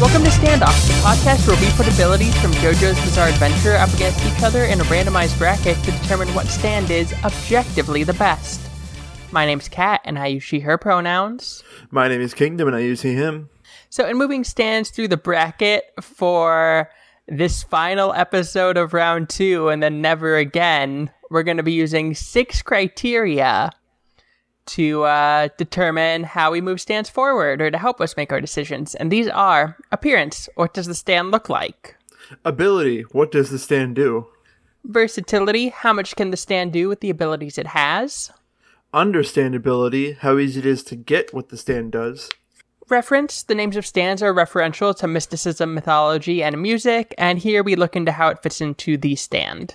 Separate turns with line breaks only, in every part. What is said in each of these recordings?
Welcome to Standoff, the podcast where we put abilities from JoJo's Bizarre Adventure up against each other in a randomized bracket to determine what stand is objectively the best. My name's Kat, and I use she, her pronouns.
My name is Kingdom, and I use he, him.
So, in moving stands through the bracket for this final episode of round two and then never again, we're going to be using six criteria to uh, determine how we move stands forward or to help us make our decisions. And these are appearance, what does the stand look like?
Ability, what does the stand do?
Versatility, how much can the stand do with the abilities it has?
Understandability, how easy it is to get what the stand does.
Reference, the names of stands are referential to mysticism, mythology, and music. And here we look into how it fits into the stand.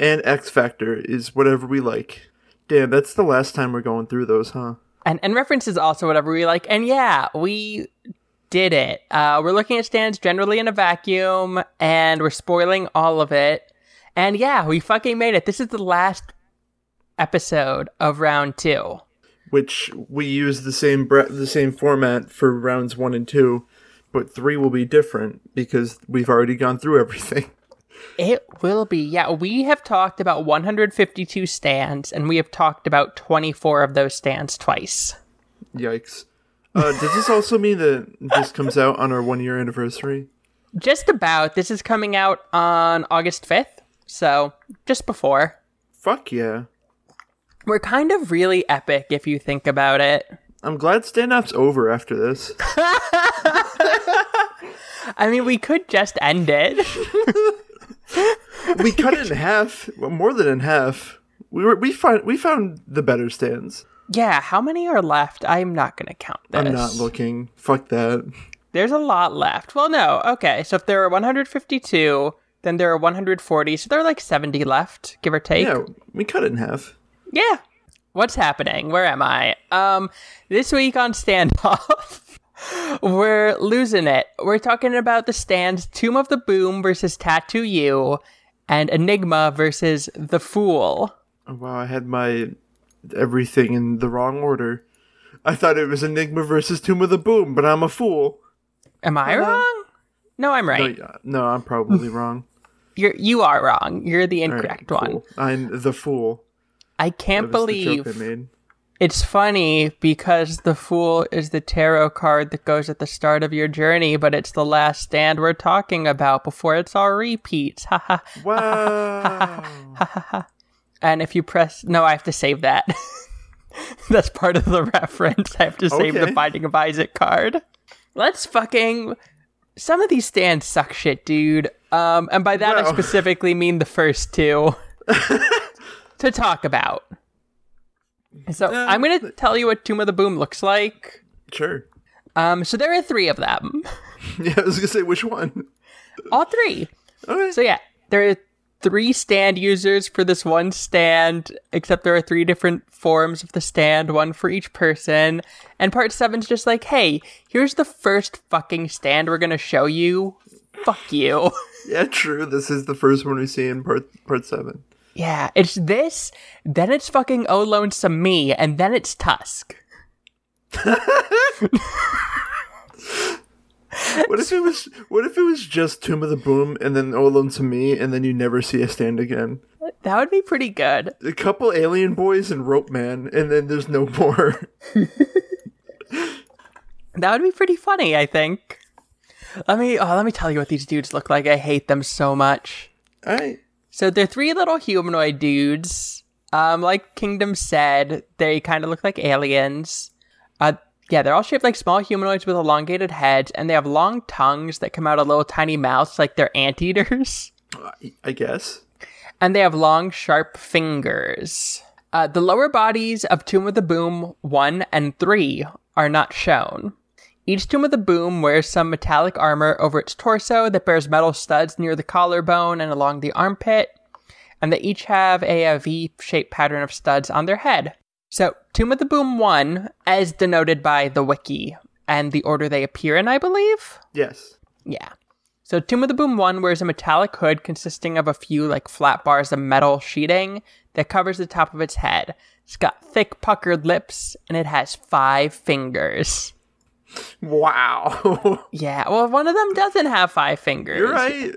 And X Factor is whatever we like. Damn, that's the last time we're going through those, huh?
and and references also whatever we like and yeah we did it uh, we're looking at stands generally in a vacuum and we're spoiling all of it and yeah we fucking made it this is the last episode of round two
Which we use the same bre- the same format for rounds one and two, but three will be different because we've already gone through everything.
it will be yeah we have talked about 152 stands and we have talked about 24 of those stands twice
Yikes. Uh, does this also mean that this comes out on our one year anniversary?
just about this is coming out on august 5th so just before
Fuck yeah.
we're kind of really epic if you think about it
I'm glad standoff's over after this.
I mean, we could just end it.
we cut it in half, well, more than in half. We were we find we found the better stands.
yeah, how many are left? I'm not going to count this.
I'm not looking. Fuck that.
There's a lot left. Well, no. Okay, so if there are 152, then there are 140, so there are like 70 left, give or take.
Yeah, we cut it in half.
Yeah. What's happening? Where am I? Um, this week on Standoff, we're losing it. We're talking about the stands Tomb of the Boom versus Tattoo You and Enigma versus The Fool.
Oh, wow, I had my everything in the wrong order. I thought it was Enigma versus Tomb of the Boom, but I'm a fool.
Am I wrong? No, I'm right.
But, uh, no, I'm probably wrong.
You're you are wrong. You're the
All right,
incorrect
cool.
one.
I'm the fool.
I can't
That was the joke I
believe
made.
it's funny because the fool is the tarot card that goes at the start of your journey, but it's the last stand we're talking about before it's all repeats. Ha ha.
Wow.
And if you press no, I have to save that. That's part of the reference. I have to save the
Okay.
Binding of Isaac card. Let's fucking some of these stands suck shit, dude. Um, and by that I
Wow.
specifically mean the first two to talk about. So
Uh,
I'm gonna tell you what Tomb of the Boom looks like.
sure.
Um, so there are three of them,
Yeah, I was gonna say which one.
all three.
Okay.
So yeah, there are three stand users for this one stand, except there are three different forms of the stand, one for each person. And part seven's just like, hey, here's the first fucking stand we're gonna show you. Fuck you.
Yeah, true. This is the first one we see in part part seven.
yeah, it's this, then it's fucking Oh Lonesome Me, and then it's Tusk.
What if it was? What if it was just Tomb of the Boom and then Oh Lonesome Me and then you never see a stand again?
That would be pretty good.
A couple Alien Boys and Rope Man, and then there's no more.
That would be pretty funny, I think. Let me oh, let me tell you what these dudes look like. I hate them so much.
I
So they're three little humanoid dudes. Um, like Kingdom said, they kind of look like aliens. Uh, yeah, they're all shaped like small humanoids with elongated heads, and they have long tongues that come out of little tiny mouths like they're anteaters.
I guess.
and they have long, sharp fingers. Uh, the lower bodies of Tomb of the Boom 1 and 3 are not shown. Each Tomb of the Boom wears some metallic armor over its torso that bears metal studs near the collarbone and along the armpit, and they each have a, a V shaped pattern of studs on their head. So, Tomb of the Boom 1, as denoted by the wiki and the order they appear in, I believe?
Yes.
Yeah. So Tomb of the Boom 1 wears a metallic hood consisting of a few like flat bars of metal sheeting that covers the top of its head. It's got thick puckered lips and it has five fingers.
Wow.
Yeah, well, one of them doesn't have five fingers.
You're right.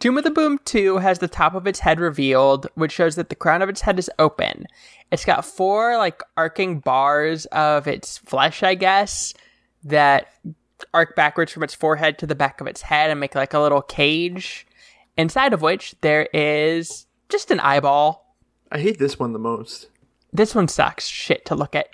Tomb of the Boom 2 has the top of its head revealed, which shows that the crown of its head is open. It's got four, like, arcing bars of its flesh, I guess, that arc backwards from its forehead to the back of its head and make, like, a little cage, inside of which there is just an eyeball.
I hate this one the most.
This one sucks shit to look at.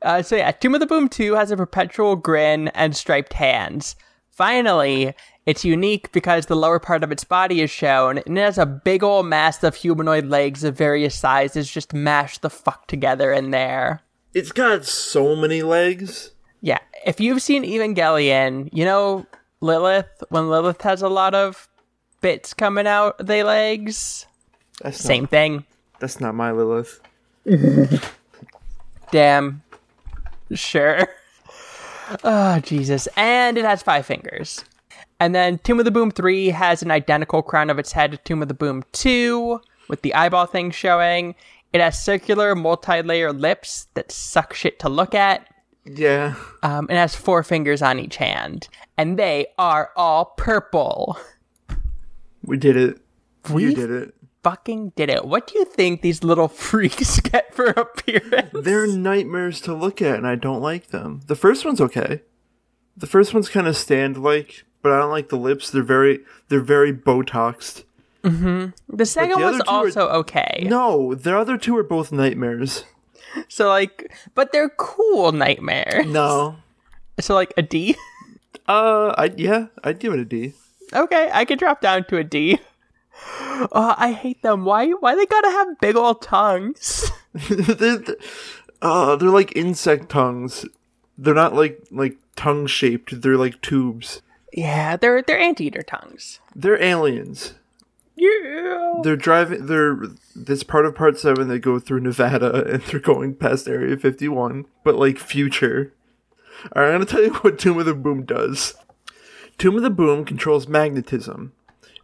Uh, so, yeah, Tomb of the Boom 2 has a perpetual grin and striped hands. Finally, it's unique because the lower part of its body is shown, and it has a big ol' mass of humanoid legs of various sizes just mashed the fuck together in there.
It's got so many legs.
Yeah, if you've seen Evangelion, you know Lilith, when Lilith has a lot of bits coming out they legs?
That's not,
Same thing.
That's not my Lilith.
Damn. Sure. Oh, Jesus. And it has five fingers. And then Tomb of the Boom 3 has an identical crown of its head to Tomb of the Boom 2, with the eyeball thing showing. It has circular, multi layer lips that suck shit to look at.
Yeah.
Um, it has four fingers on each hand. And they are all purple.
We did it.
We-
You did it.
Fucking did it. What do you think these little freaks get for appearance?
They're nightmares to look at, and I don't like them. The first one's okay. The first one's kind of stand-like, but I don't like the lips. They're very, they're very Botoxed.
The second
the other
one's
two are-
also okay.
No, the other two are both nightmares.
So, like, but they're cool nightmare.
No.
So, like, a D?
Uh, I yeah, I'd give it a D.
Okay, I could drop down to a D. Oh, I hate them. Why? Why they gotta have big old tongues?
they're, th- uh, they're like insect tongues. They're not like like tongue shaped. They're like tubes.
Yeah, they're they're anteater tongues.
They're aliens.
Yeah.
They're driving. They're this part of part seven. They go through Nevada and they're going past Area fifty one, but like future. All right, I'm gonna tell you what Tomb of the Boom does. Tomb of the Boom controls magnetism.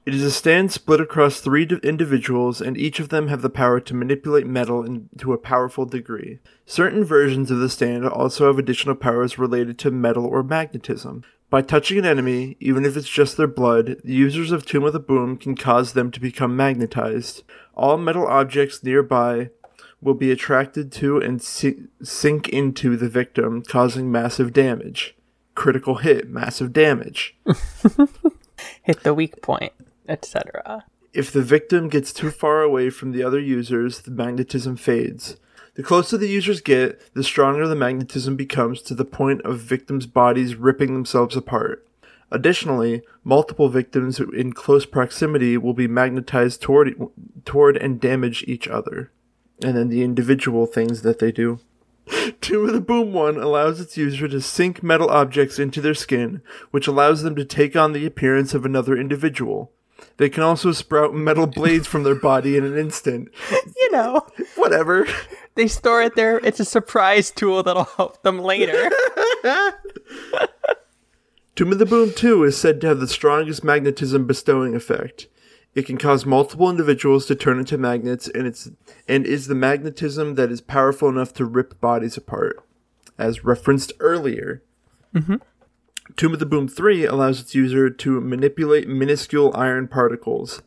It is a stand split across three di- individuals, and each of them have the power to manipulate metal in- to a powerful degree. Certain versions of the stand also have additional powers related to metal or magnetism. By touching an enemy, even if it's just their blood, the users of Tomb of the Boom can cause them to become magnetized. All metal objects nearby will be attracted to and si- sink into the victim, causing massive damage. Critical hit, massive damage.
Hit the weak point, etc.
If the victim gets too far away from the other users, the magnetism fades. The closer the users get, the stronger the magnetism becomes to the point of victims' bodies ripping themselves apart. Additionally, multiple victims in close proximity will be magnetized toward, toward and damage each other. And then the individual things that they do. Tomb of the Boom one allows its user to sink metal objects into their skin, which allows them to take on the appearance of another individual. They can also sprout metal blades from their body in an instant.
You know,
Whatever.
they store it there. It's a surprise tool that'll help them later.
Tomb of the Boom 2 is said to have the strongest magnetism bestowing effect. It can cause multiple individuals to turn into magnets and it's and is the magnetism that is powerful enough to rip bodies apart, as referenced earlier. Tomb of the Boom 3 allows its user to manipulate minuscule iron particles.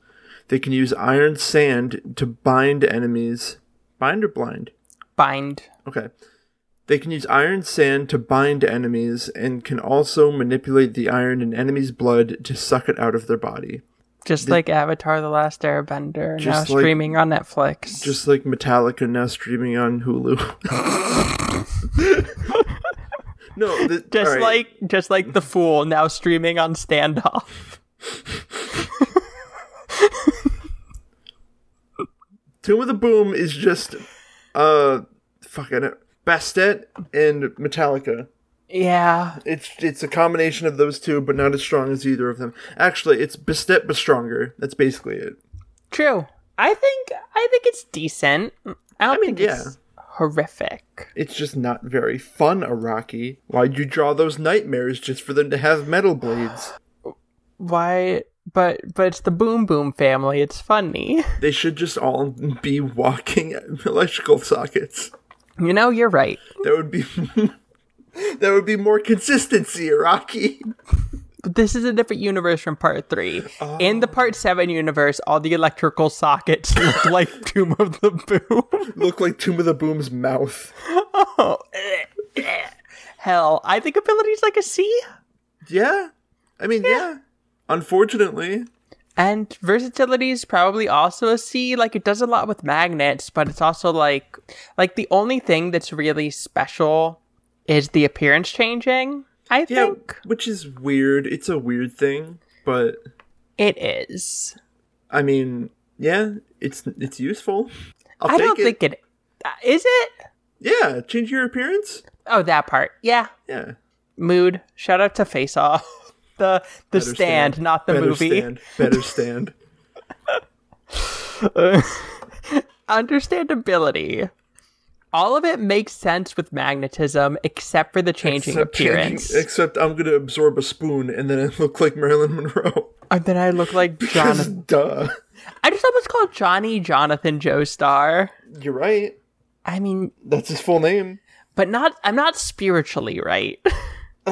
They can use iron sand to bind enemies. Bind or blind?
Bind.
Okay. They can use iron sand to bind enemies and can also manipulate the iron in enemies' blood to suck it out of their body.
Just like Avatar: The Last Airbender, now
Just like-
streaming on Netflix.
Just like Metallica now streaming on Hulu. no, the,
just
all right.
like just like the fool, now streaming on Standoff.
Tomb of the Boom is just uh fucking Bastet and Metallica.
Yeah,
It's it's a combination of those two, but not as strong as either of them. Actually, it's Bastet but stronger. That's basically it.
True. I think I think it's decent. I don't think
yeah.
it's horrific.
It's just not very fun, Araki. Why'd you draw those nightmares just for them to have metal blades?
Why? But but it's the Boom Boom family. It's funny.
They should just all be walking electrical sockets.
You know, you're right.
That would be That would be more consistency, Rocky.
But this is a different universe from part three. In the part seven universe, all the electrical sockets look like Tomb of the Boom.
Look like Tomb of the Boom's mouth.
oh, hell, I think abilities like a C.
Yeah. I mean, yeah. Unfortunately.
And versatility is probably also a C. Like it does a lot with magnets, but it's also like like the only thing that's really special is the appearance changing. I
Yeah,
think
which is weird. It's a weird thing, but
it is.
I mean, yeah, it's it's useful. I'll
I
take
don't
it.
think it uh, is it.
Yeah, change your appearance.
Oh, that part. Yeah,
Yeah.
mood. Shout out to Face Off, the the
Better
stand, not the
Better
movie.
Stand. Better stand.
Understandability. All of it makes sense with magnetism, except for the changing
Except changing-
appearance.
except I'm gonna absorb a spoon and then I look like Marilyn Monroe.
and then I look like Jonathan.
Just duh.
I just almost called Johnny Jonathan Joestar.
You're right.
I mean,
That's his full name.
but not I'm not spiritually right.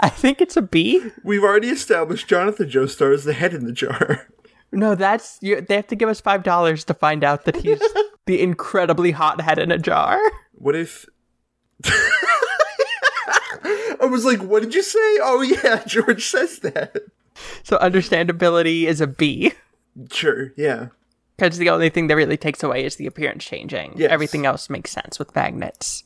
I think it's a B.
We've already established Jonathan Joestar is the head in the jar.
No, that's you, they have to give us five dollars to find out that he's the incredibly hot head in a jar.
What if? I was like, "What did you say?" Oh yeah, George says that.
So understandability is a B
Sure. Yeah.
because the only thing that really takes away is the appearance changing.
Yes.
Everything else makes sense with magnets.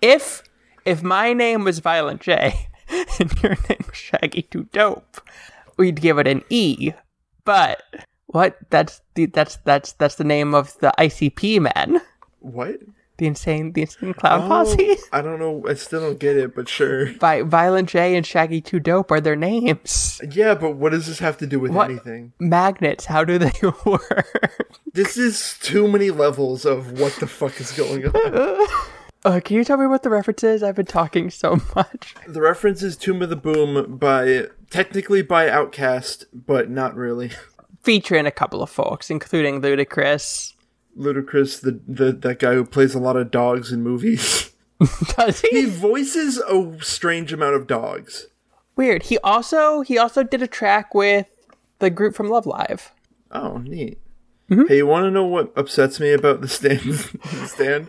If if my name was Violent J and your name was Shaggy Too Dope, we'd give it an E. But what? That's the that's that's that's the name of the ICP men,
What?
the insane the insane clown
Oh,
posse.
I don't know. I still don't get it, but sure.
Vi- Violent J and Shaggy Too Dope are their names.
Yeah, but what does this have to do with
What?
anything?
Magnets, how do they work?
This is too many levels of what the fuck is going on.
Uh, can you tell me what the reference is? I've been talking so much.
the reference is Tomb of the Boom by technically by Outcast, but not really.
Featuring a couple of folks, including Ludacris.
Ludacris, the, the that guy who plays a lot of dogs in movies.
Does
he
he?
voices a strange amount of dogs.
Weird. He also he also did a track with the group from Love Live.
Oh, neat. Hey, you want to know what upsets me about the stand? the stand?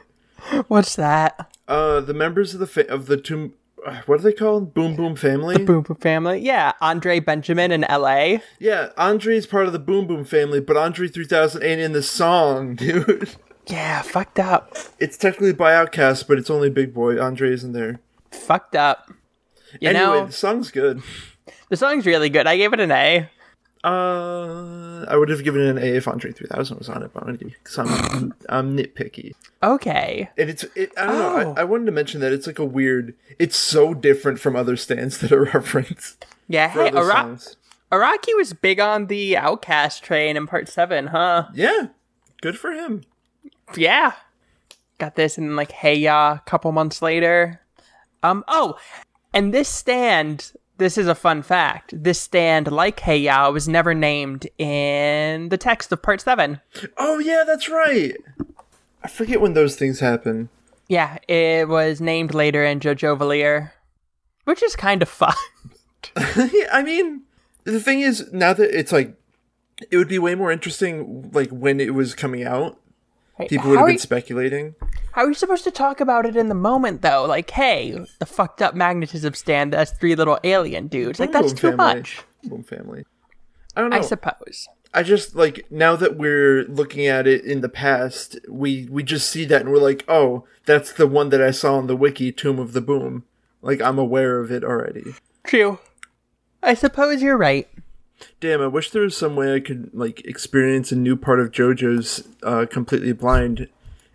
What's that?
Uh, the members of the fa- of the tomb. uh, What are they called? Boom Boom Family.
Boom Boom Family. Yeah, Andre Benjamin in L.A.
yeah, Andre's part of the Boom Boom Family, but Andre 3000 ain't in the song, dude.
Yeah, fucked up.
It's technically by Outcast, but it's only Big Boy. Andre isn't there.
Fucked up. You
anyway,
know,
the song's good.
the song's really good. I gave it an A.
Uh, I would have given it an A if Andre 3000 was on it, but I'm, cause I'm, I'm nitpicky.
Okay.
And it's, it, I don't know,
Oh.
I, I wanted to mention that it's like a weird, it's so different from other stands that are referenced.
Yeah,
for
hey,
other
Ara-
songs.
Araki was big on the Outcast train in part seven, huh?
Yeah, good for him.
yeah got this and like hey ya a couple months later um oh and this stand this is a fun fact this stand like hey ya was never named in the text of part 7
Oh, yeah, that's right. I forget when those things happen.
yeah it was named later in jojo valier which is kind of fun
Yeah, I mean, the thing is, now that it's like, it would be way more interesting, like, when it was coming out. People would
how,
have
are
been
you,
speculating.
how are you supposed to talk about it in the moment though like hey the fucked up magnetism stand that's three little alien dudes like
Boom
that's
Boom
too
Oh, family.
much
Boom family. I don't know.
i
I,
suppose
just like now that we're looking at it in the past, we we just see that and we're like, oh, that's the one that I saw on the wiki, Tomb of the Boom. Like I'm aware of it already.
true i suppose you're right
Damn, I wish there was some way I could like experience a new part of JoJo's uh, completely blind,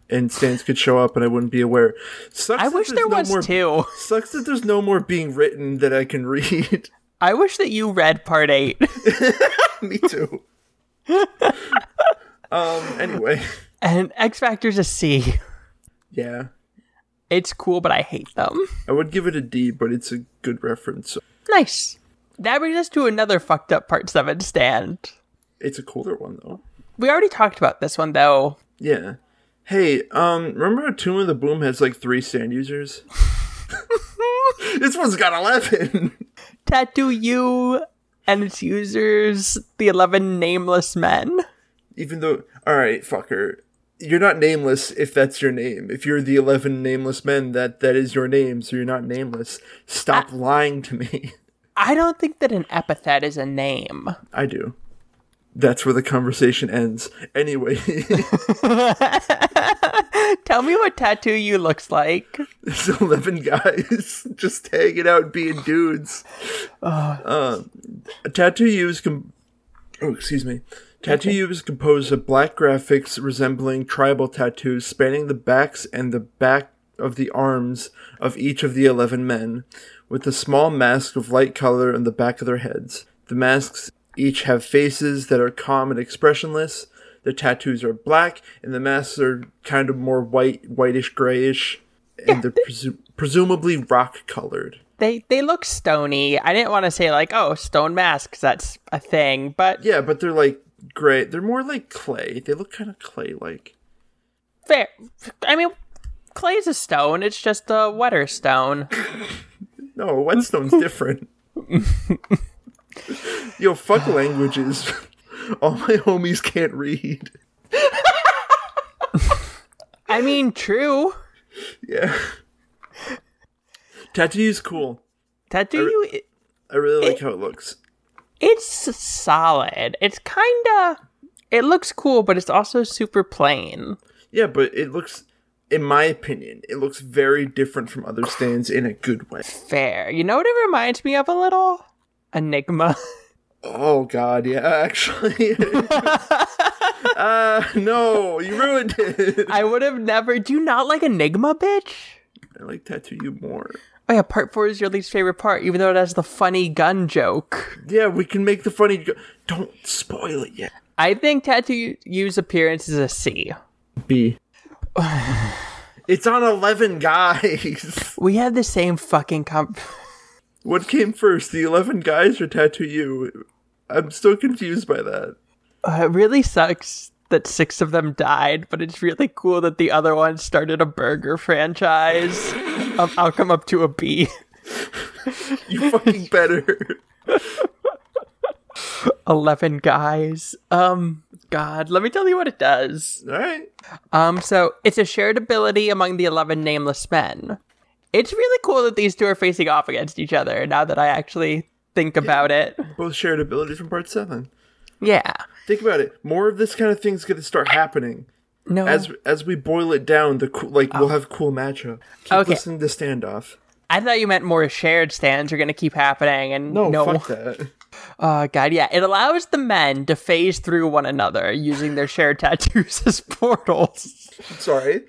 and stands could show up and I wouldn't be aware. Sucks
I
that
wish
there's
there
no
was
more-
too.
Sucks that there's no more being written that I can read.
I wish that you read part eight.
Me too. um. Anyway,
and X Factor's a C.
yeah,
It's cool, but I hate them.
I would give it a D, but it's a good reference.
Nice. That brings us to another fucked up part seven stand.
It's a cooler one though.
We already talked about this one though.
Yeah. Hey, um, remember how Tomb of the Boom has like three stand users? this one's got eleven.
Tattoo you and its users, the 11 nameless men.
Even though, all right, fucker, you're not nameless if that's your name. If you're the eleven nameless men, that that is your name, so you're not nameless. Stop lying to me.
I don't think that an epithet is a name.
I do. That's where the conversation ends. Anyway,
Tell me what tattoo you looks like.
it's eleven guys just hanging out, being dudes. Uh, Tattoo U is com- oh, excuse me. Tattoo U is composed of black graphics resembling tribal tattoos, spanning the backs and the back of the arms of each of the eleven men, with a small mask of light color on the back of their heads. The masks each have faces that are calm and expressionless. The tattoos are black, and the masks are kind of more white, whitish grayish, and they're presu- presumably rock colored.
They they look stony. I didn't want to say like, oh, stone masks, that's a thing, but
Yeah, but they're like gray. They're more like clay. They look kind of clay like.
fair. I mean, clay is a stone. It's just a wetter stone.
No, whetstone's different. Yo, fuck languages. All my homies can't read.
I mean, true.
Yeah. Tattoo's cool.
Tattoo you i-
I really like how it looks.
it's solid. It's kind of it looks cool, but it's also super plain.
Yeah, but it looks, in my opinion, it looks very different from other stands in a good way.
Fair. You know what it reminds me of a little? Enigma.
Oh god, yeah, actually. uh, no, you ruined it.
I would have never. Do you not like Enigma, bitch?
I like Tattoo You more.
Oh yeah, part four is your least favorite part, even though it has the funny gun joke.
Yeah, we can make the funny. Go- Don't spoil it yet.
I think Tattoo U's appearance is a C.
B. it's on 11 guys.
We had the same fucking comp.
What came first, the 11 guys or Tattoo You? I'm still confused by that.
Uh, it really sucks that six of them died, but it's really cool that the other one started a burger franchise. um, I'll come up to a B.
You fucking better.
Eleven guys. Um, God, let me tell you what it does.
Alright.
Um, so it's a shared ability among the 11 nameless men. It's really cool that these two are facing off against each other now that I actually think about it.
Both shared abilities from part 7.
Yeah.
Think about it. More of this kind of thing's going to start happening.
No.
As as we boil it down, the cool, like we'll have cool matchup. Keep
Oh. Okay.
listening to standoff.
I thought you meant more shared stands are going to keep happening and
No,
no.
fuck that.
Oh god, yeah. It allows the men to phase through one another using their shared tattoos as portals.
Sorry.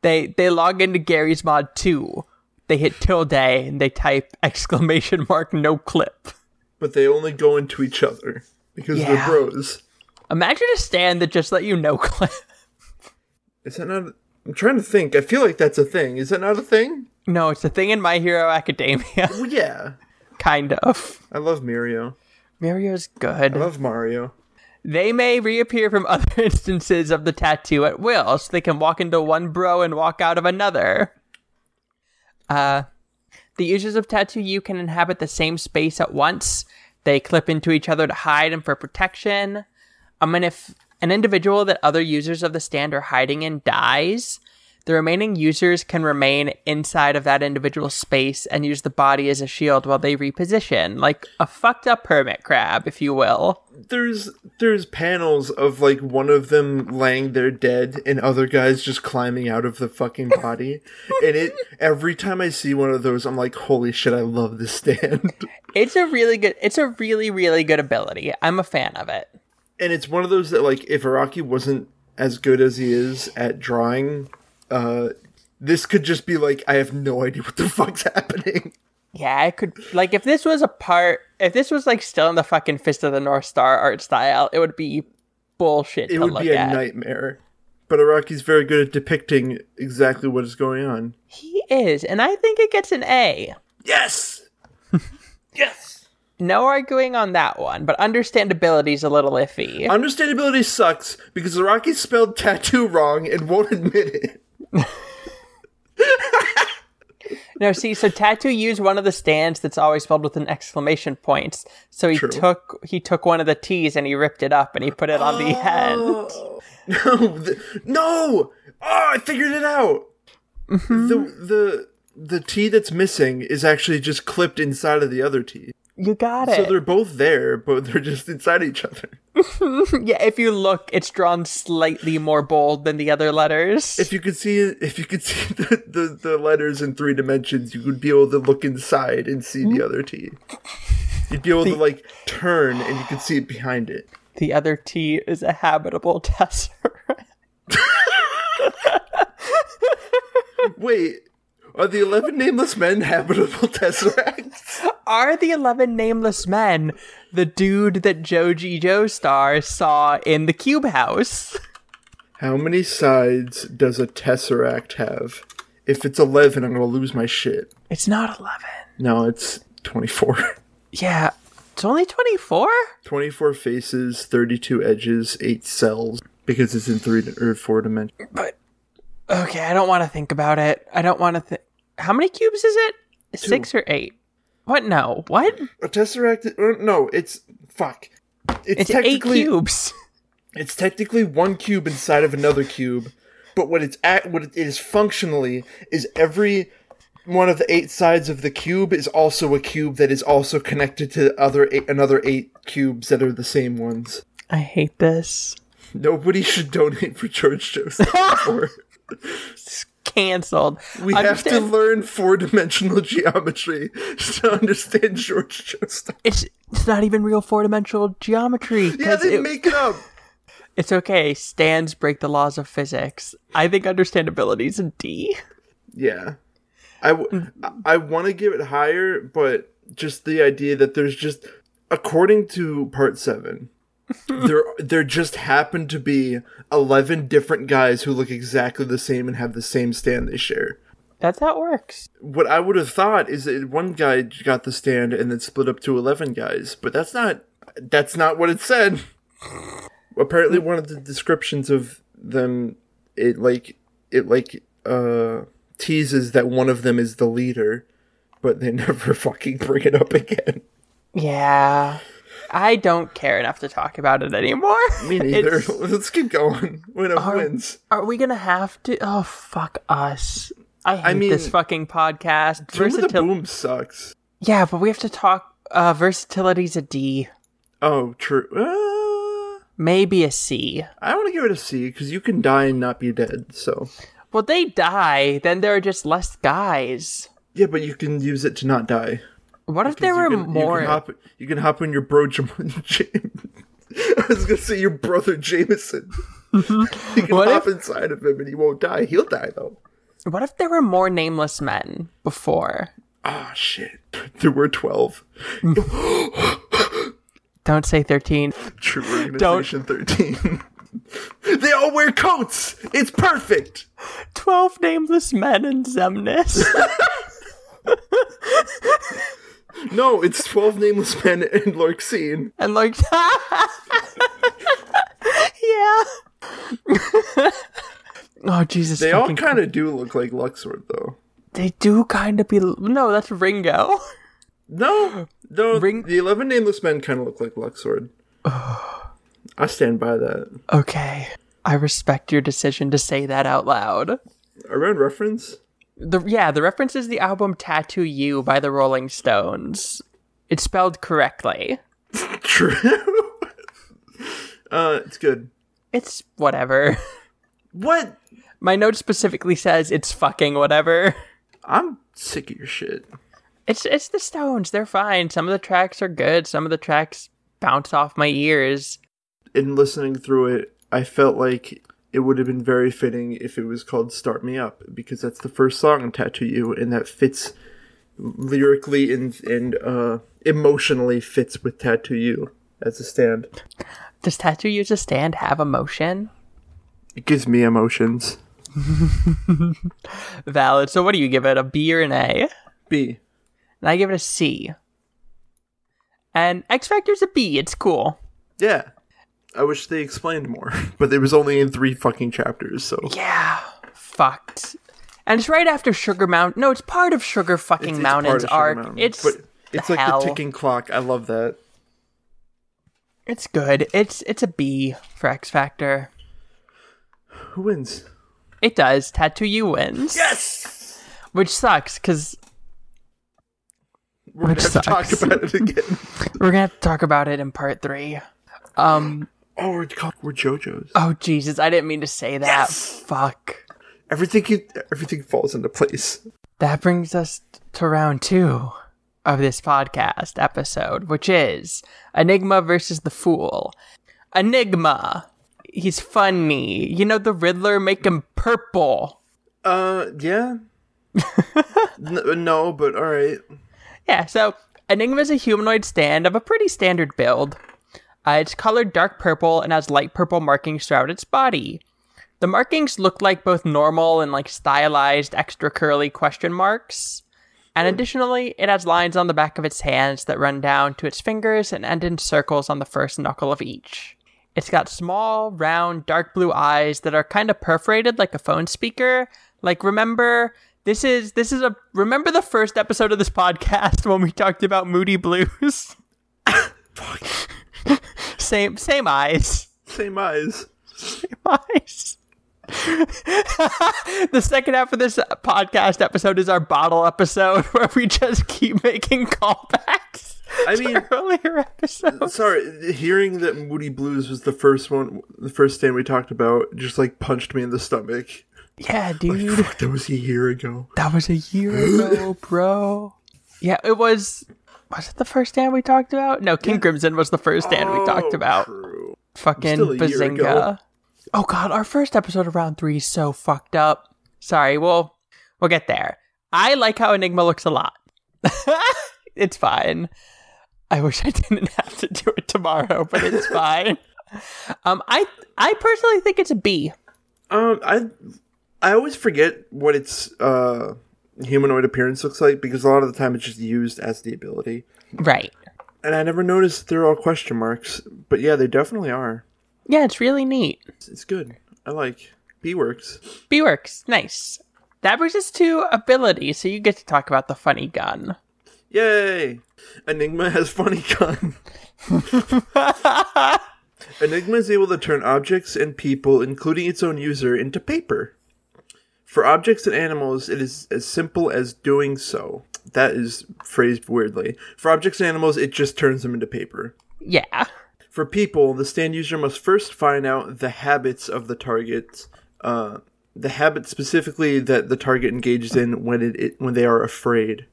They they log into Gary's mod 2. They hit tilde and they type exclamation mark no clip.
But they only go into each other because
Yeah.
they're bros.
Imagine a stand that just let you no clip.
Is that not? I'm trying to think. I feel like that's a thing. Is that not a thing?
No, it's a thing in My Hero Academia.
Well, yeah.
kind of.
I love Mario.
Mario's
I
good.
love Mario.
They may reappear from other instances of the tattoo at will, so they can walk into one bro and walk out of another. Uh, the users of Tattoo U can inhabit the same space at once. They clip into each other to hide and for protection. Um, and if an individual that other users of the stand are hiding in dies, the remaining users can remain inside of that individual space and use the body as a shield while they reposition, like a fucked up hermit crab, if you will.
There's there's panels of like one of them laying there dead and other guys just climbing out of the fucking body. and it every time I see one of those, I'm like, holy shit, I love this stand.
It's a really good. It's a really really good ability. I'm a fan of it.
and it's one of those that like if Iraqi wasn't as good as he is at drawing, uh, this could just be like I have no idea what the fuck's happening.
Yeah, I could like if this was a part. If this was like still in the fucking Fist of the North Star art style, it would be bullshit
It
to
would
look
be a
at.
nightmare. But Iraqi's very good at depicting exactly what is going on.
he is, and I think it gets an A.
Yes. yes.
No arguing on that one, but understandability is a little iffy.
Understandability sucks because Iraqi spelled tattoo wrong and won't admit it.
No, see, so Tattoo used one of the stands that's always spelled with an exclamation point. So he
True.
took he took one of the T's and he ripped it up and he put it on the
Oh.
end.
No, th- no! Oh, I figured it out. The the the T that's missing is actually just clipped inside of the other T.
You got it.
So they're both there, but they're just inside each other.
yeah, if you look, it's drawn slightly more bold than the other letters.
If you could see if you could see the, the, the letters in three dimensions, you would be able to look inside and see the other T. You'd be able to like turn and you could see it behind it.
the other T is a habitable tesseract.
Wait, are the eleven nameless men habitable tesseracts?
Are the 11 nameless men the dude that Joji Joestar saw in the Cube House?
How many sides does a tesseract have? If it's 11, I'm going to lose my shit.
It's not 11.
No, it's 24.
Yeah, it's only 24?
24 faces, 32 edges, 8 cells because it's in 3 or 4 dimensions.
But okay, I don't want to think about it. I don't want to think. How many cubes is it? Six or eight? What? No. What?
A tesseract or no, it's fuck. It's,
It's eight
technically
cubes.
it's technically one cube inside of another cube, but what it's at what it is functionally is every one of the eight sides of the cube is also a cube that is also connected to other eight, another eight cubes that are the same ones.
I hate this.
Nobody should donate for George Joseph. Moore.
Canceled.
We have to
Understand-
learn four dimensional geometry to understand George Joseph.
It's it's not even real four dimensional geometry.
Yeah,
'cause
they
it-
make it up.
it's okay. Stands break the laws of physics. I think understandability is a D.
Yeah, I want to give it higher, but just the idea that there's just, according to part seven, there there just happened to be eleven different guys who look exactly the same and have the same stand they share.
That's how it works.
what I would have thought is that one guy got the stand and then split up to eleven guys, but that's not that's not what it said. Apparently, one of the descriptions of them it like it like uh teases that one of them is the leader, but they never fucking bring it up again.
Yeah. I don't care enough to talk about it anymore.
Me neither.
It's-
Let's keep going. Win wins.
Are we gonna have to? Oh fuck us! I hate
mean-
this fucking podcast.
Doom of the
Versatil-
boom sucks.
yeah, but we have to talk. Uh, versatility's a D,
Oh, true. Uh,
maybe a C.
I want to give it a C because you can die and not be dead. So
Well, they die, then there are just less guys.
yeah, but you can use it to not die.
What if there
you
were
can-
more?
You can hop, you can hop on your bro Jam- Jam- I was gonna say your brother Jameson. you can
What
hop inside of him and he won't die. He'll die though.
what if there were more nameless men before?
Ah shit. There were twelve.
Don't say thirteen.
True organization thirteen. they all wear coats. It's perfect.
Twelve nameless men in Zemnis.
No, it's twelve nameless men and Larkseen.
and like yeah oh jesus
They all
fucking-
kind of do look like Luxord though.
they do kind of be no that's ringo
No, no.
Ring-
the eleven nameless men kind of look like Luxord. I stand by that.
okay i respect your decision to say that out loud
Around reference?
the yeah the reference is the album tattoo you by the rolling stones it's spelled correctly
True. uh, it's good.
it's whatever
What?
my note specifically says it's fucking whatever
I'm sick of your shit.
It's it's the Stones. They're fine. Some of the tracks are good. Some of the tracks bounce off my ears.
In listening through it, I felt like it would have been very fitting if it was called Start Me Up, because that's the first song on Tattoo You, and that fits lyrically and, and uh, emotionally fits with Tattoo You as a stand.
Does Tattoo Use a Stand have emotion?
It gives me emotions.
Valid. So what do you give it? A B or an A?
B.
And I give it a C. And X Factor's a B. It's cool.
Yeah. I wish they explained more, but it was only in three fucking chapters, so.
Yeah. Fucked. And it's right after Sugar Mountain. No, it's part of Sugar fucking
It's- it's part
Mountain's
of Sugar
arc.
Mountain,
It's
but it's like
hell.
the ticking clock. I love that.
it's good. It's it's a B for X Factor.
Who wins?
It does. Tattoo you wins.
Yes.
Which sucks because
We're gonna
Which
have to talk
sucks.
about it again.
we're gonna have to talk about it in part three. Um.
Oh, we're, co- we're JoJo's.
Oh Jesus! I didn't mean to say that. Fuck.
Everything you, everything falls into place.
That brings us to round two of this podcast episode, which is Enigma versus the Fool. Enigma. He's funny. You know the Riddler make him purple.
Uh, yeah. N- no, but all right.
Yeah, so Enigma is a humanoid stand of a pretty standard build. Uh, it's colored dark purple and has light purple markings throughout its body. The markings look like both normal and like stylized extra curly question marks. And additionally, it has lines on the back of its hands that run down to its fingers and end in circles on the first knuckle of each. It's got small, round, dark blue eyes that are kind of perforated like a phone speaker. Like remember this is this is a remember the first episode of this podcast when we talked about Moody Blues? same same eyes.
Same eyes.
Eyes. the second half of this podcast episode is our bottle episode where we just keep making callbacks.
I
to
mean-
earlier episodes.
Sorry, hearing that Moody Blues was the first one, the first stand we talked about, just like punched me in the stomach.
Yeah, dude.
Fuck, that was a year ago.
That was a year ago, bro. Yeah, it was. Was it the first Dan we talked about? No, King Crimson was the first Dan we talked
Oh,
about.
true.
Fucking
Still a year ago.
Bazinga. Oh god, our first episode of round three is so fucked up. Sorry, we'll we'll get there. I like how Enigma looks a lot. it's fine. I wish I didn't have to do it tomorrow, but it's fine. Um, I I personally think it's a B.
Um, I I always forget what its uh humanoid appearance looks like because a lot of the time it's just used as the ability,
Right.
and I never noticed they're all question marks. But yeah, they definitely are.
Yeah, it's really neat.
It's, it's good. I like B works.
B works. Nice. That brings us to ability, so you get to talk about the funny gun.
Yay! Enigma has funny gun. Enigma is able to turn objects and people, including its own user, into paper. For objects and animals, it is as simple as doing so. That is phrased weirdly. For objects and animals, it just turns them into paper.
Yeah.
For people, the stand user must first find out the habits of the target, uh, the habits specifically that the target engages in when it, it when they are afraid.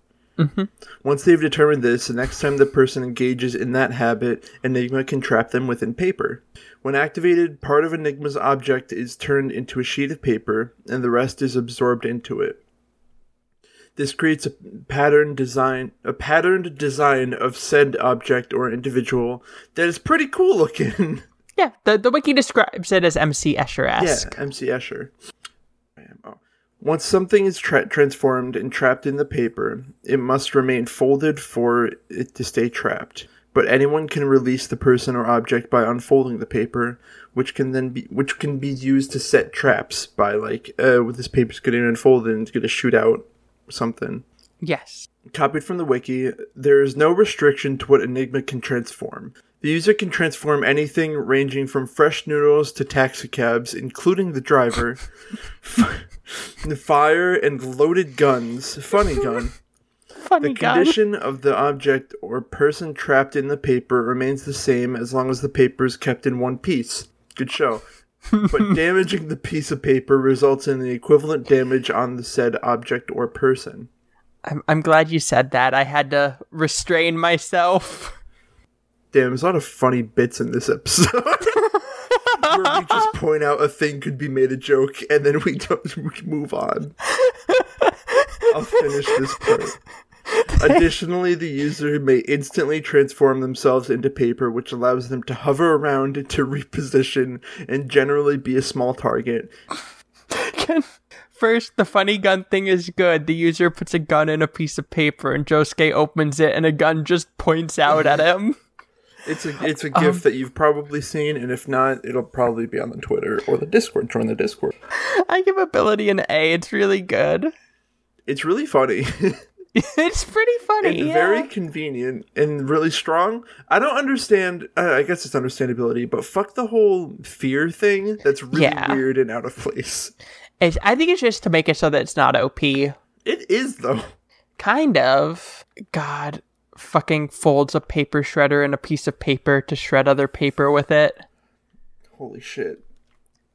Once they've determined this, the next time the person engages in that habit, Enigma can trap them within paper. When activated, part of Enigma's object is turned into a sheet of paper, and the rest is absorbed into it. This creates a pattern design, a patterned design of said object or individual that is pretty cool looking.
Yeah. The, the wiki describes it as MC Escher
yeah,
esque.
MC Escher. I am- oh. Once something is tra- transformed and trapped in the paper, it must remain folded for it to stay trapped. But anyone can release the person or object by unfolding the paper, which can then be which can be used to set traps by like, uh, this paper's getting unfolded and it's gonna shoot out something.
Yes.
Copied from the wiki, there is no restriction to what Enigma can transform. The user can transform anything ranging from fresh noodles to taxicabs, including the driver, f- fire, and loaded guns. Funny gun.
Funny
The
gun.
condition of the object or person trapped in the paper remains the same as long as the paper is kept in one piece. Good show. but damaging the piece of paper results in the equivalent damage on the said object or person.
I'm, I'm glad you said that. I had to restrain myself.
Damn, there's a lot of funny bits in this episode. Where we just point out a thing could be made a joke and then we don't we move on. I'll finish this part. Additionally, the user may instantly transform themselves into paper, which allows them to hover around to reposition and generally be a small target.
Can, First, the funny gun thing is good. The user puts a gun in a piece of paper, and Josuke opens it, and a gun just points out at him.
It's a it's a gif that you've probably seen, and if not, it'll probably be on the Twitter or the Discord. Join the Discord.
I give ability an A. It's really good.
It's really funny,
it's pretty funny.
and
yeah.
very convenient, and really strong. I don't understand. Uh, I guess it's understandability, but fuck the whole fear thing. That's really
Yeah.
weird and out of place.
It's, I think it's just to make it so that it's not OP.
It is though.
Kind of. God fucking folds a paper shredder and a piece of paper to shred other paper with it.
Holy shit!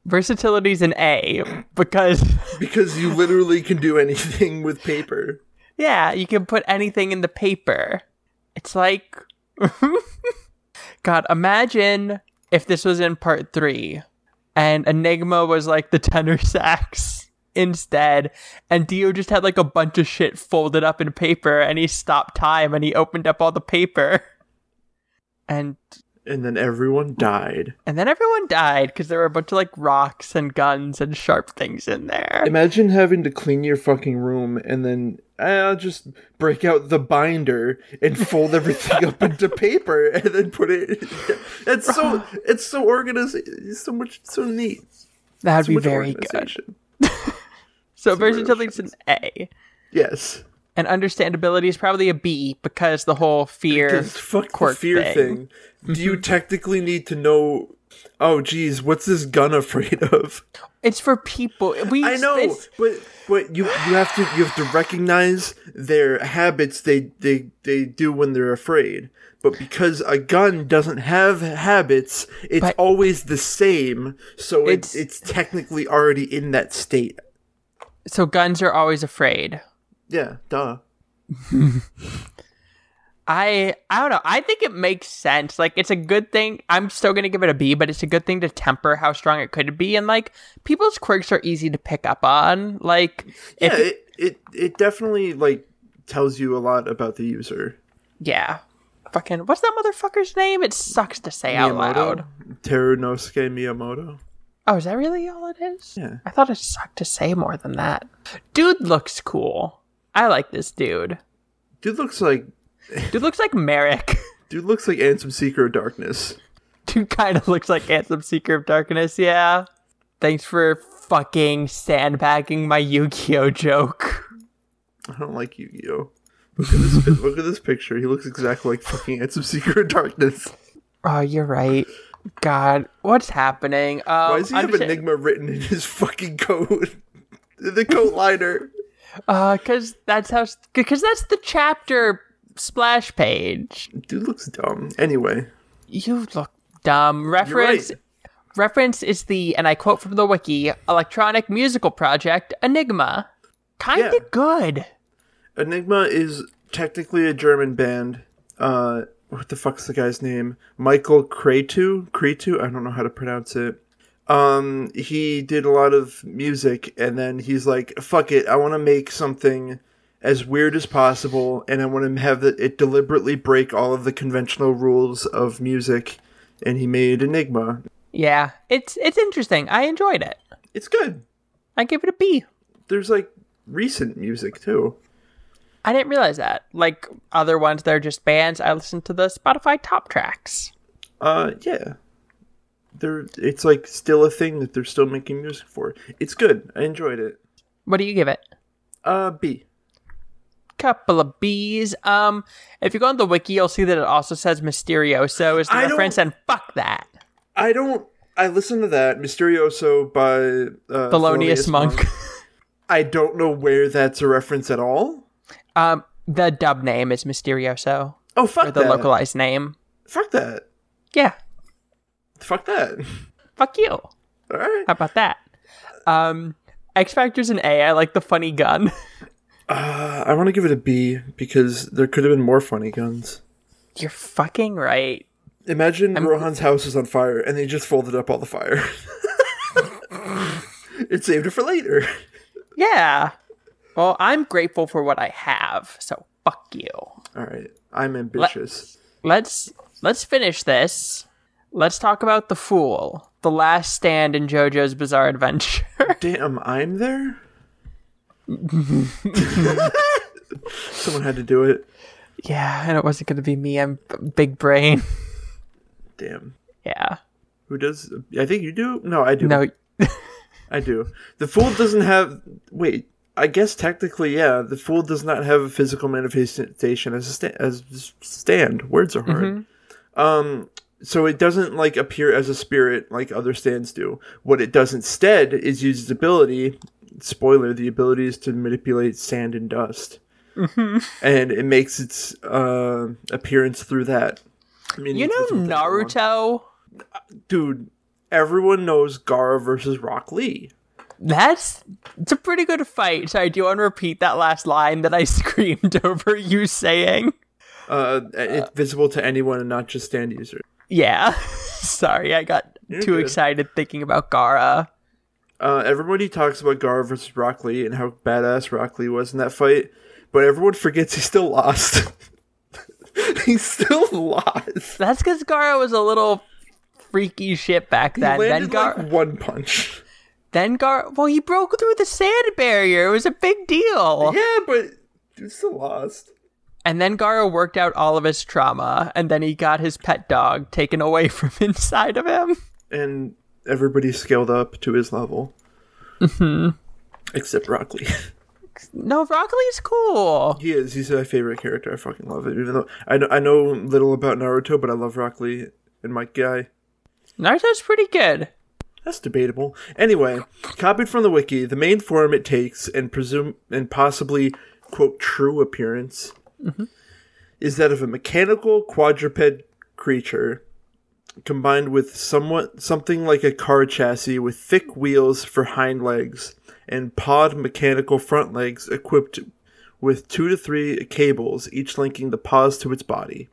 Versatility's an A because
Because you literally can do anything with paper.
yeah, you can put anything in the paper. It's like God, imagine if this was in part 3 and Enigma was like the tenor sax instead and Dio just had like a bunch of shit folded up in paper and he stopped time and he opened up all the paper. And
And then everyone died.
and then everyone died because there were a bunch of like rocks and guns and sharp things in there.
Imagine having to clean your fucking room and then I'll just break out the binder and fold everything up into paper and then put it. It's so it's so organized. It's so much so neat.
That'd
So
be
much
very good.
organization.
So
where
versatility's an A.
Yes.
And understandability is probably a B because the whole fear.
Just fuck the
quirk
fear
thing.
thing. Do you technically need to know? Oh, geez, what's this gun afraid of?
It's for people. We
I know,
it's-
but but you you have to you have to recognize their habits they they they do when they're afraid. But because a gun doesn't have habits, it's
But-
always the same. So
It's-
it's it's technically already in that state.
so guns are always afraid.
Yeah, duh.
I I don't know. I think it makes sense. Like it's a good thing. I'm still gonna give it a B, but it's a good thing to temper how strong it could be. And like people's quirks are easy to pick up on. Like if
yeah, it, it it definitely like tells you a lot about the user.
yeah, fucking what's that motherfucker's name? It sucks to say out loud.
Terunosuke Miyamoto.
Oh, is that really all it is?
Yeah.
I thought it sucked to say more than that. Dude looks cool. I like this dude.
Dude looks like
Dude looks like Merrick.
dude looks like Ansem Seeker of Darkness.
Dude kind of looks like Anthem Seeker of Darkness, yeah. Thanks for fucking sandbagging my Yu Gi Oh joke.
I don't like Yu-Gi-Oh. Look at this. pic- look at this picture. He looks exactly like fucking Ansem Secret of Darkness.
Oh, you're right. God, what's happening? Um,
Why does he have
understand-
Enigma written in his fucking coat? the coat liner.
Uh, cause that's how, cause that's the chapter splash page.
Dude looks dumb. Anyway,
You look dumb. Reference
right.
reference is the and I quote from the wiki electronic musical project Enigma. Kinda
Yeah.
good.
Enigma is technically a German band. Uh, what the fuck's the guy's name? Michael Cretu. Cretu. I don't know how to pronounce it. Um, he did a lot of music, and then he's like, "Fuck it, I want to make something as weird as possible, and I want to have the, it deliberately break all of the conventional rules of music." And he made Enigma.
Yeah. It's it's interesting. I enjoyed it.
It's good.
I gave it a B.
There's like recent music too.
I didn't realize that. Like other ones they're just bands, I listened to the Spotify top tracks.
Uh, yeah. They're, it's like still a thing that they're still making music for. It's good. I enjoyed it.
What do you give it?
Uh, B.
Couple of B's. Um if you go on the wiki you'll see that it also says Mysterioso is the
I don't-
reference and fuck that.
I don't. I listened to that Mysterioso by uh,
Thelonious Monk.
I don't know where that's a reference at all.
um the dub name is Mysterioso.
Oh fuck
or the
that!
localized name.
Fuck that!
Yeah.
Fuck that!
Fuck you. How
All right.
about that? Um X Factor's an A. I like the funny gun.
Uh, I want to give it a B because there could have been more funny guns.
You're fucking right.
Imagine Rohan's house was on fire and they just folded up all the fire. it saved it for later.
Yeah. Well, I'm grateful for what I have, so fuck you.
All right, I'm ambitious.
Let's let's finish this. Let's talk about the fool, the last stand in JoJo's Bizarre Adventure.
Damn, I'm there. Someone had to do it.
Yeah, and it wasn't going to be me. I'm b- big brain.
Damn.
Yeah.
Who does? I think you do. No, I do.
No.
I do. The fool doesn't have. Wait. I guess technically, yeah. The fool does not have a physical manifestation as a sta- as a stand. Words are hard.
Mm-hmm.
Um. So it doesn't like appear as a spirit like other stands do. What it does instead is use its ability. Spoiler: the ability is to manipulate sand and dust,
Mm-hmm.
and it makes its uh, appearance through that. I mean,
You know
it's- it's-
Naruto?
dude, everyone knows Gara versus Rock Lee.
That's it's a pretty good fight. Sorry, do you want to repeat that last line that I screamed over you saying?
Uh, it's visible to anyone and not just stand users.
Yeah. Sorry, I got too
good.
excited thinking about Gara.
Uh, everybody talks about Gara versus Rock Lee and how badass Rock Lee was in that fight, but everyone forgets he still lost. he still lost.
That's because Gara was a little freaky shit back then.
he
Then
landed
Gara,
like one punch.
then Gara. Well, he broke through the sand barrier. It was a big deal.
Yeah, but dude still lost.
And then Gara worked out all of his trauma, and then he got his pet dog taken away from inside of him.
And everybody scaled up to his level.
Mm-hmm.
Except Rock Lee.
No, Rockley's cool.
He is. He's my favorite character. I fucking love it. Even though I know, I know little about Naruto, but I love Rock Lee and my guy.
Naruto's pretty good.
That's debatable. Anyway, copied from the wiki, the main form it takes and presume and possibly quote true appearance is that of a mechanical quadruped creature combined with somewhat something like a car chassis with thick wheels for hind legs and pod mechanical front legs equipped with two to three cables each linking the paws to its body.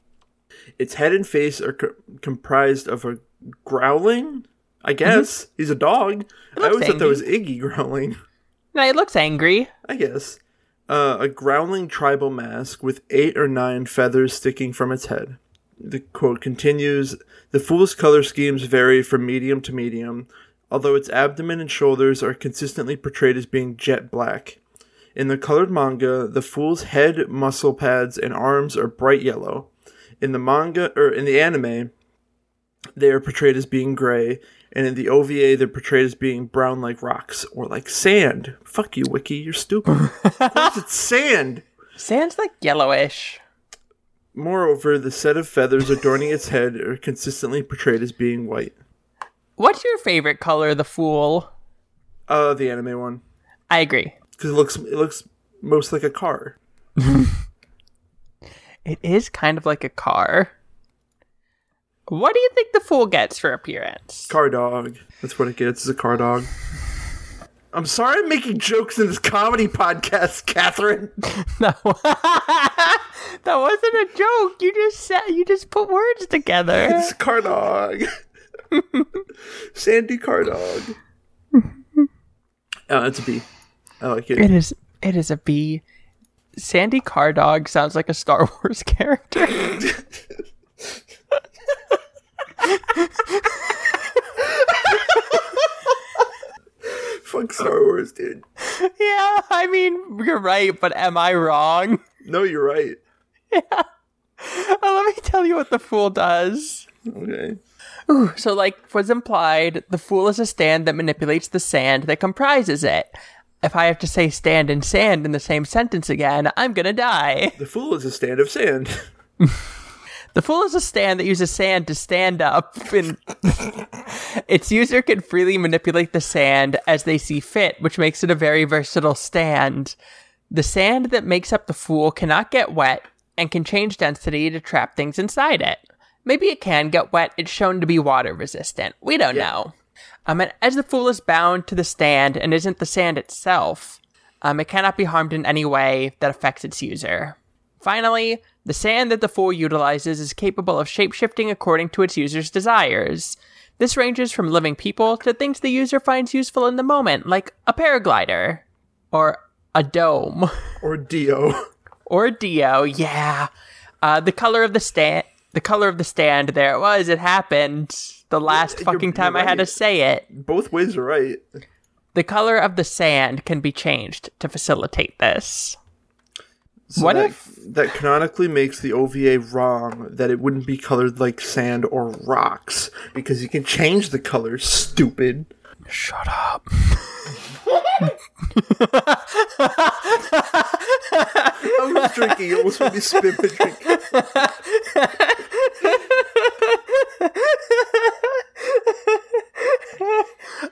Its head and face are co- comprised of a growling I guess he's a dog. I always thought that
angry.
was Iggy growling.
No, he looks angry.
I guess uh, a growling tribal mask with eight or nine feathers sticking from its head. The quote continues: "The fool's color schemes vary from medium to medium, although its abdomen and shoulders are consistently portrayed as being jet black. In the colored manga, the fool's head, muscle pads, and arms are bright yellow. In the manga or in the anime." They are portrayed as being gray, and in the OVA, they're portrayed as being brown like rocks or like sand. Fuck you, Wiki, you're stupid. of course it's sand.
Sand's like yellowish.
Moreover, the set of feathers adorning its head are consistently portrayed as being white.
What's your favorite color, the fool?
Uh, the anime one
I agree.
because it looks it looks most like a car.
It is kind of like a car. What do you think the fool gets for appearance?
Car dog. That's what it gets. Is a car dog. I'm sorry I'm making jokes in this comedy podcast, Catherine.
No. that wasn't a joke. You just said you just put words together.
It's a car dog. Sandy car dog. Oh, it's a B. I like it.
It is it is a bee. Sandy Car Dog sounds like a Star Wars character.
Fuck Star Wars, dude.
yeah, I mean, you're right, but am I wrong?
No, you're right.
Well, let me tell you what the fool does.
Okay.
So, like was implied, the fool is a stand that manipulates the sand that comprises it. If I have to say stand and sand in the same sentence again, I'm gonna die.
The fool is a stand of sand.
The fool is a stand that uses sand to stand up, and its user can freely manipulate the sand as they see fit, which makes it a very versatile stand. The sand that makes up the fool cannot get wet and can change density to trap things inside it. Maybe it can get wet, it's shown to be water resistant. We don't know. Um, and as the fool is bound to the stand and isn't the sand itself, um, it cannot be harmed in any way that affects its user. Finally, the sand that the fool utilizes is capable of shapeshifting according to its user's desires. This ranges from living people to things the user finds useful in the moment, like a paraglider, or a dome,
or Dio.
or a Dio. Yeah, uh, the color of the stand. The color of the stand. There it was. It happened. The last
you're-
fucking time
you're
I had to
right.
say it.
Both ways are right.
The color of the sand can be changed to facilitate this.
So
What
that,
if-
that canonically makes the OVA wrong that it wouldn't be colored like sand or rocks because you can change the color, stupid.
Shut up.
I was drinking, you almost made me spit my drink.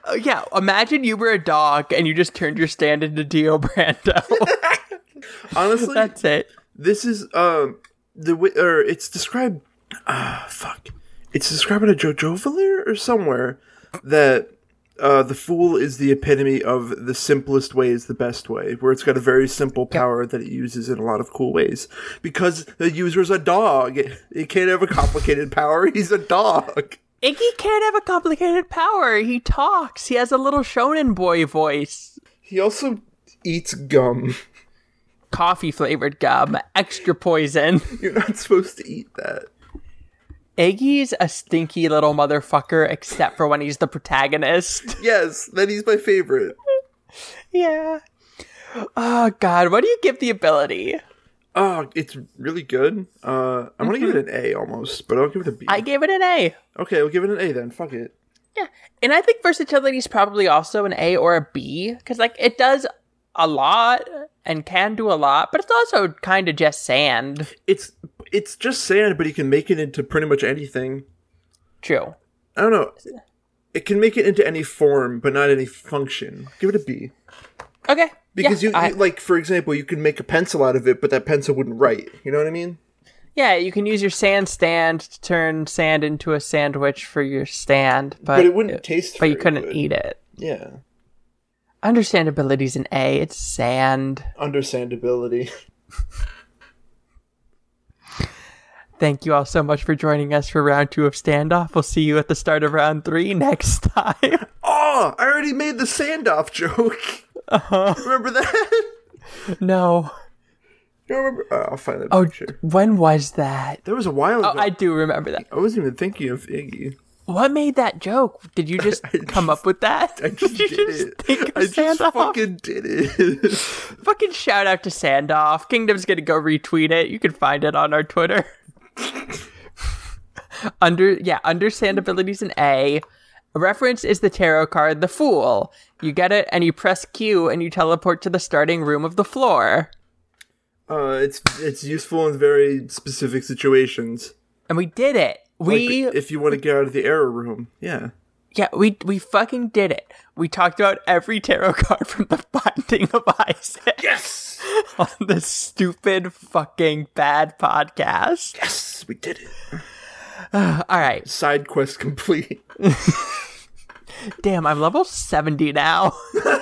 Oh, yeah, imagine you were a dog and you just turned your stand into Dio Brando.
Honestly,
That's it.
this is um the wi- or it's described ah fuck it's described in a jojo Valere or somewhere that uh, the fool is the epitome of the simplest way is the best way where it's got a very simple power that it uses in a lot of cool ways because the user's a dog he can't have a complicated power he's a dog
Iggy can't have a complicated power. He talks. He has a little shonen boy voice.
he also eats gum
Coffee flavored gum, extra poison.
you're not supposed to eat that
Iggy's a stinky little motherfucker, except for when he's the protagonist.
yes that he's my favorite
yeah. Oh, God. What do you give the ability?
Oh, it's really good. Uh, I'm gonna give it an A almost, but I'll give it a B.
Mm-hmm. I gave it an A.
Okay, I'll give it an A then. Fuck it.
Yeah. And I think versatility is probably also an A or a B because, like, it does a lot and can do a lot, but it's also kind of just sand.
It's it's just sand, but you can make it into pretty much anything.
True.
I don't know. It can make it into any form, but not any function. Give it a B
Okay.
because
yeah,
you,
I-
you like, for example, you can make a pencil out of it, but that pencil wouldn't write. You know what I mean?
yeah, you can use your sand stand to turn sand into a sandwich for your stand, but,
But it wouldn't taste.
but you
very
couldn't
good.
eat it.
Yeah,
Understandability's an A. It's sand.
understandability.
Thank you all so much for joining us for round two of standoff. We'll see you at the start of round three next time.
Oh, I already made the sand off joke.
Uh-huh.
Remember that?
no.
You don't remember? Oh, I'll find that
Oh, uh,
picture.
when was that?
That was a while ago.
Oh, I do remember that.
I wasn't even thinking of Iggy.
What made that joke? Did you just come up with that?
I just
did
did
you just
it.
think of
I just
Sandoff? Fucking...
fucking did it.
shout out to Sandoff. Kingdom's gonna go retweet it. You can find it on our Twitter. Under yeah, understandability's an A. A reference is the tarot card, the Fool. You get it, and you press Q, and you teleport to the starting room of the floor.
uh, it's it's useful in very specific situations.
And we did it.
Like
We
if you want to get out of the error room, yeah.
Yeah, we we fucking did it. We talked about every tarot card from the finding of Isaac.
Yes,
on this stupid fucking bad podcast.
yes, we did it.
All right.
Side quest complete.
Damn, I'm level 70 now.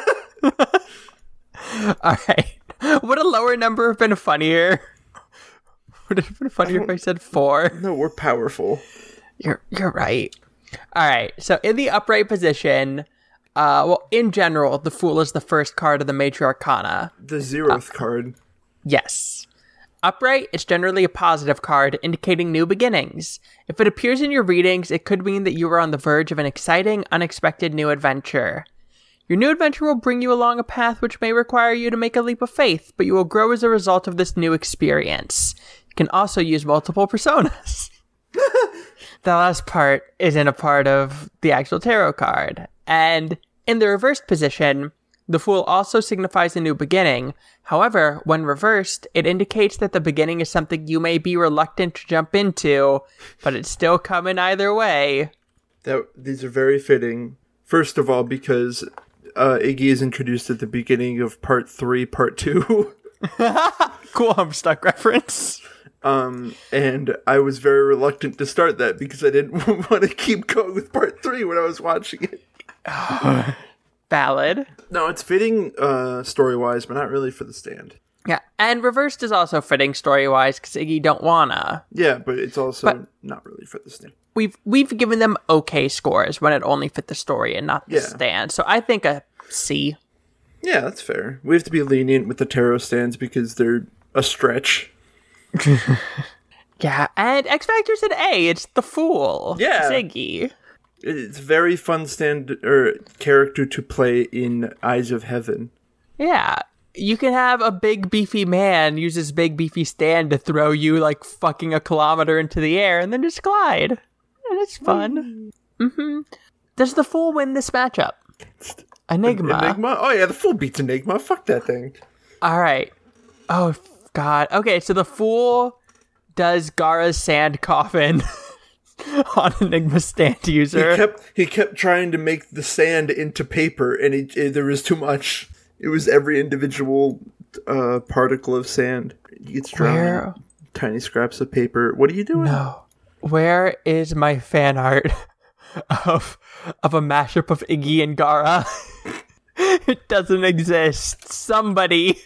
All right. Would a lower number have been funnier? Would it have been funnier if I said four?
No, we're powerful.
You're you're right. All right. So in the upright position, uh, well, in general, the fool is the first card of the major arcana.
The zeroth card.
Yes. Upright is generally a positive card, indicating new beginnings. If it appears in your readings, it could mean that you are on the verge of an exciting, unexpected new adventure. Your new adventure will bring you along a path which may require you to make a leap of faith, but you will grow as a result of this new experience. You can also use multiple personas. the last part isn't a part of the actual tarot card. And in the reversed position, the Fool also signifies a new beginning. However, when reversed, it indicates that the beginning is something you may be reluctant to jump into, but it's still coming either way.
That these are very fitting. First of all, because uh, Iggy is introduced at the beginning of part three, part two.
Cool Homestuck reference.
Um, and I was very reluctant to start that because I didn't want to keep going with part three when I was watching it.
Valid.
No, it's fitting uh, story wise, but not really for the stand.
Yeah, and reversed is also fitting story wise because Iggy don't wanna.
Yeah, but it's also not really for the stand.
We've we've given them okay scores when it only fit the story and not the
Yeah.
stand. So I think a C.
Yeah, that's fair. We have to be lenient with the tarot stands because they're a stretch.
Yeah, and X Factor's an A. It's the fool.
Yeah.
Ziggy.
It's very fun stand or character to play in Eyes of Heaven.
Yeah. You can have a big beefy man use his big beefy stand to throw you like fucking a kilometer into the air and then just glide. Yeah, that's fun. hmm Does the fool win this matchup? Enigma.
Enigma. Oh yeah, the full beats Enigma. Fuck that thing.
All right. Oh f- God. Okay, so the fool does Gara's sand coffin on Enigma stand
He
user.
kept he kept trying to make the sand into paper, and he, eh, there was too much. It was every individual uh, particle of sand. He gets drowned.
Where-
in Tiny scraps of paper. What are you doing?
Oh, where is my fan art of of a mashup of Iggy and Gara? it doesn't exist. Somebody,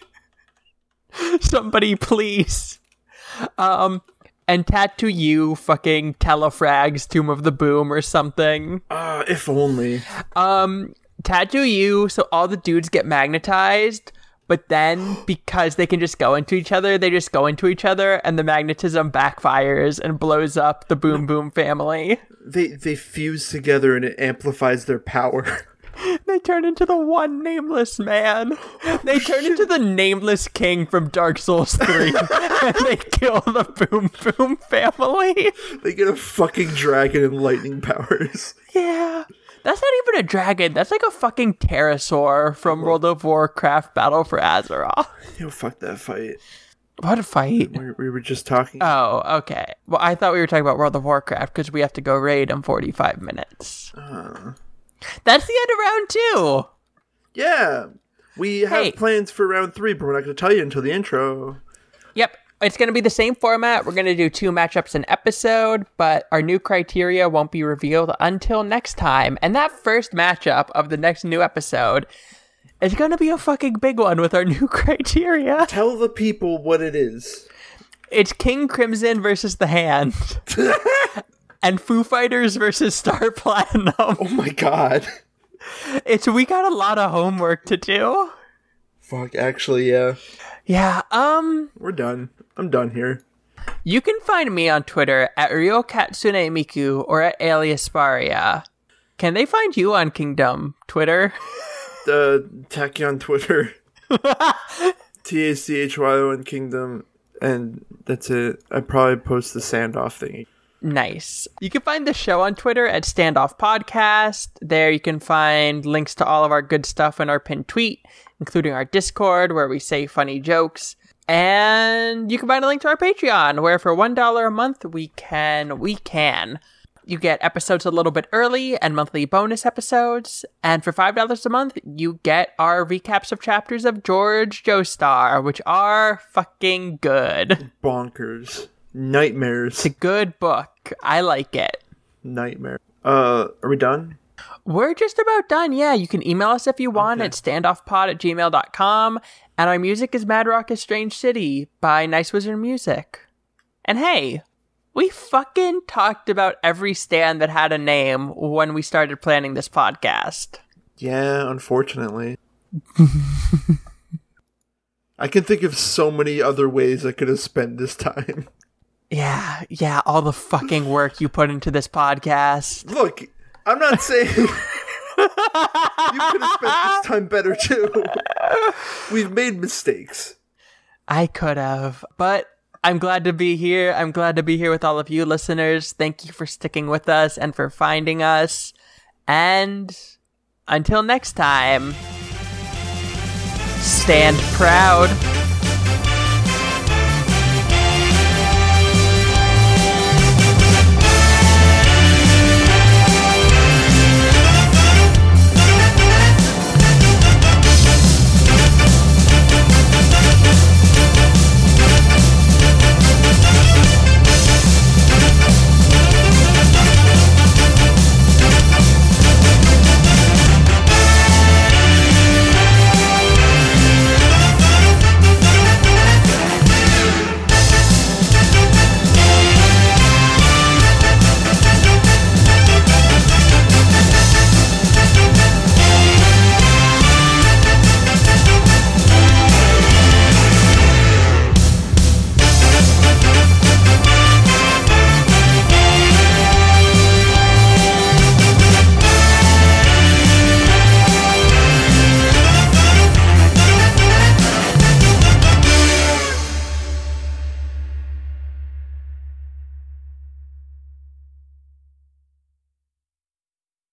somebody, please. Um, and tattoo you fucking telefrags Tomb of the Boom or something.
Ah, if only.
Um, tattoo you so all the dudes get magnetized, but then because they can just go into each other, they just go into each other, and the magnetism backfires and blows up the Boom Boom family.
They they fuse together and it amplifies their power.
They turn into the one nameless man. They turn into the nameless king from Dark Souls 3, and they kill the Boom Boom family.
they get a fucking dragon and lightning powers.
Yeah. That's not even a dragon. That's like a fucking pterosaur from World of Warcraft Battle for Azeroth.
Yo, fuck that fight.
What a fight.
We, we were just talking.
Oh, okay. Well, I thought we were talking about World of Warcraft because we have to go raid in 45 minutes. That's the end of round two.
yeah, we have
Hey.
plans for round three, but we're not going to tell you until the intro.
Yep. It's going to be the same format. We're going to do two matchups an episode, but our new criteria won't be revealed until next time. And that first matchup of the next new episode is going to be a fucking big one with our new criteria.
Tell the people what it is.
It's King Crimson versus The Hand. And Foo Fighters versus Star Platinum.
Oh my god.
It's we got a lot of homework to do.
Fuck, actually, yeah.
Yeah, um,
We're done. I'm done here.
you can find me on Twitter at Ryo Katsune Miku or at Aliasparia. Can they find you on Kingdom Twitter?
Uh, Tacky on Twitter. T A C H Y O N Kingdom. And that's it. I probably post the sand off thingy.
nice. You can find the show on Twitter at Standoff Podcast. There you can find links to all of our good stuff in our pinned tweet, including our Discord where we say funny jokes. And you can find a link to our Patreon where for $1 a month we can we can You get episodes a little bit early and monthly bonus episodes. And for $5 a month, you get our recaps of chapters of George Joestar, which are fucking good.
Bonkers. Nightmares.
It's a good book. I like it.
Nightmare. Uh, are we done?
We're just about done. Yeah, you can email us if you want at standoffpod at gmail.com. And our music is Mad Rock is Strange City by Nice Wizard Music. And hey, we fucking talked about every stand that had a name when we started planning this podcast.
Yeah, unfortunately. I can think of so many other ways I could have spent this time.
Yeah, yeah, all the fucking work you put into this podcast.
Look, I'm not saying you could have spent this time better too. We've made mistakes.
I could have, but I'm glad to be here. I'm glad to be here with all of you listeners. Thank you for sticking with us and for finding us. And until next time, stand proud.